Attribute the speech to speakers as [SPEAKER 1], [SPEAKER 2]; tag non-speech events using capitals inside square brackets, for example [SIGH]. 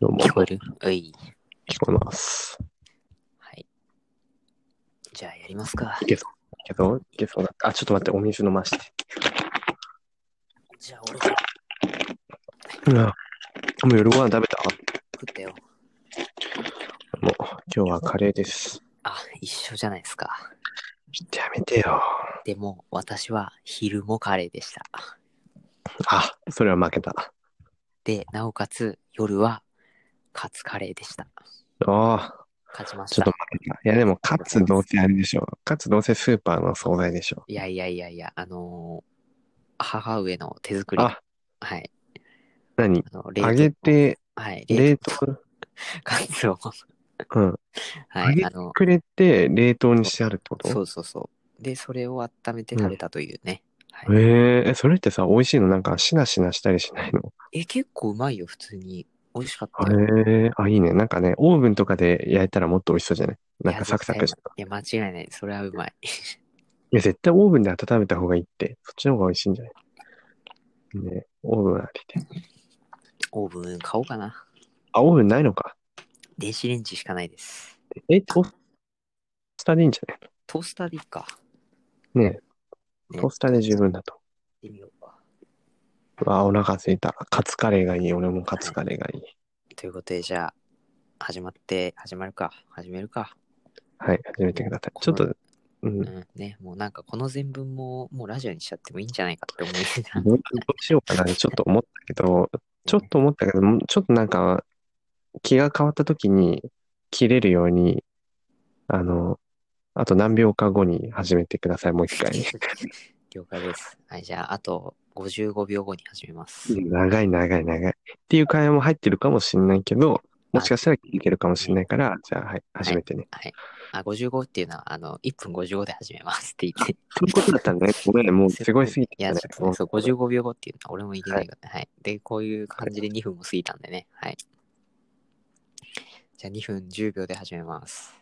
[SPEAKER 1] どうも、
[SPEAKER 2] 聞こえるうい。
[SPEAKER 1] 聞こえます。
[SPEAKER 2] はい。じゃあやりますか
[SPEAKER 1] い。けそう。いけそう。いけそうだ。あ、ちょっと待って、お水飲まして。
[SPEAKER 2] じゃあ俺が食
[SPEAKER 1] うん。もう夜ご飯食べた
[SPEAKER 2] ったよ。
[SPEAKER 1] もう、今日はカレーです。
[SPEAKER 2] あ、一緒じゃないですか。
[SPEAKER 1] ちょっとやめてよ。
[SPEAKER 2] でも私は昼もカレーでした。
[SPEAKER 1] あ、それは負けた。あ
[SPEAKER 2] で、なおかつ夜はカツカレーでした。
[SPEAKER 1] あ、
[SPEAKER 2] 勝ちまし
[SPEAKER 1] ちょったと。負けた。いや、でも、カツどうせあれでしょ。カツどうせスーパーの惣菜でしょ。
[SPEAKER 2] いやいやいやいや、あのー母上の手作り。
[SPEAKER 1] あ
[SPEAKER 2] はい。
[SPEAKER 1] 何
[SPEAKER 2] あの
[SPEAKER 1] 揚げ、て、
[SPEAKER 2] はい。冷
[SPEAKER 1] 冷凍、
[SPEAKER 2] 凍カツを。
[SPEAKER 1] うん。
[SPEAKER 2] は
[SPEAKER 1] 揚げ
[SPEAKER 2] い。
[SPEAKER 1] て
[SPEAKER 2] あの、
[SPEAKER 1] くれて、冷凍にしてあるってこと
[SPEAKER 2] そうそうそう。で、それを温めて食べたというね。はい、
[SPEAKER 1] ええ、それってさ、美味しいのなんか、しなしなしたりしないの
[SPEAKER 2] え、結構うまいよ、普通に。美味しかったよ。
[SPEAKER 1] へえ、あ、いいね。なんかね、オーブンとかで焼いたらもっと美味しそうじゃないなん
[SPEAKER 2] い
[SPEAKER 1] か
[SPEAKER 2] や
[SPEAKER 1] サクサクして。
[SPEAKER 2] いや、間違いない。それはうまい。
[SPEAKER 1] いや、絶対オーブンで温めた方がいいって。そっちの方が美味しいんじゃないね、オーブンありて。
[SPEAKER 2] オーブン買おうかな。
[SPEAKER 1] あ、オーブンないのか。
[SPEAKER 2] 電子レンジしかないです。
[SPEAKER 1] え、トースターでいいんじゃない
[SPEAKER 2] トースターでいいか。
[SPEAKER 1] ね
[SPEAKER 2] ね
[SPEAKER 1] トースターで十分だと。
[SPEAKER 2] 行ってみようか。
[SPEAKER 1] うわ、お腹すいた。カツカレーがいい。俺もカツカレーがいい。
[SPEAKER 2] ということで、じゃあ、始まって、始まるか。始めるか。
[SPEAKER 1] はい、始めてください。ちょっと、う。
[SPEAKER 2] うんん。ね、もうなんかこの全文も、もうラジオにしちゃってもいいんじゃないかって思いなが
[SPEAKER 1] どうどうしようかなってちょっと思ったけど、ちょっと思ったけど、もうちょっとなんか、気が変わった時に切れるように、あの、あと何秒か後に始めてください、もう一
[SPEAKER 2] ら
[SPEAKER 1] 回。
[SPEAKER 2] [LAUGHS] 了解です。はい、じゃあ、あと55秒後に始めます。
[SPEAKER 1] 長い長い長い。っていう会話も入ってるかもしれないけど、もしかしたらいけるかもしれないから、じゃあ、はい、始めてね。
[SPEAKER 2] あ、55っていうのは、あの、1分55で始めますって言って。
[SPEAKER 1] そういうことだったんだね。ごめん、もうすごいすぎて、
[SPEAKER 2] いや、ちょっとね、そう、55秒後っていうのは俺も言えないからね。はい。で、こういう感じで2分も過ぎたんでね。はい。じゃあ2分10秒で始めます。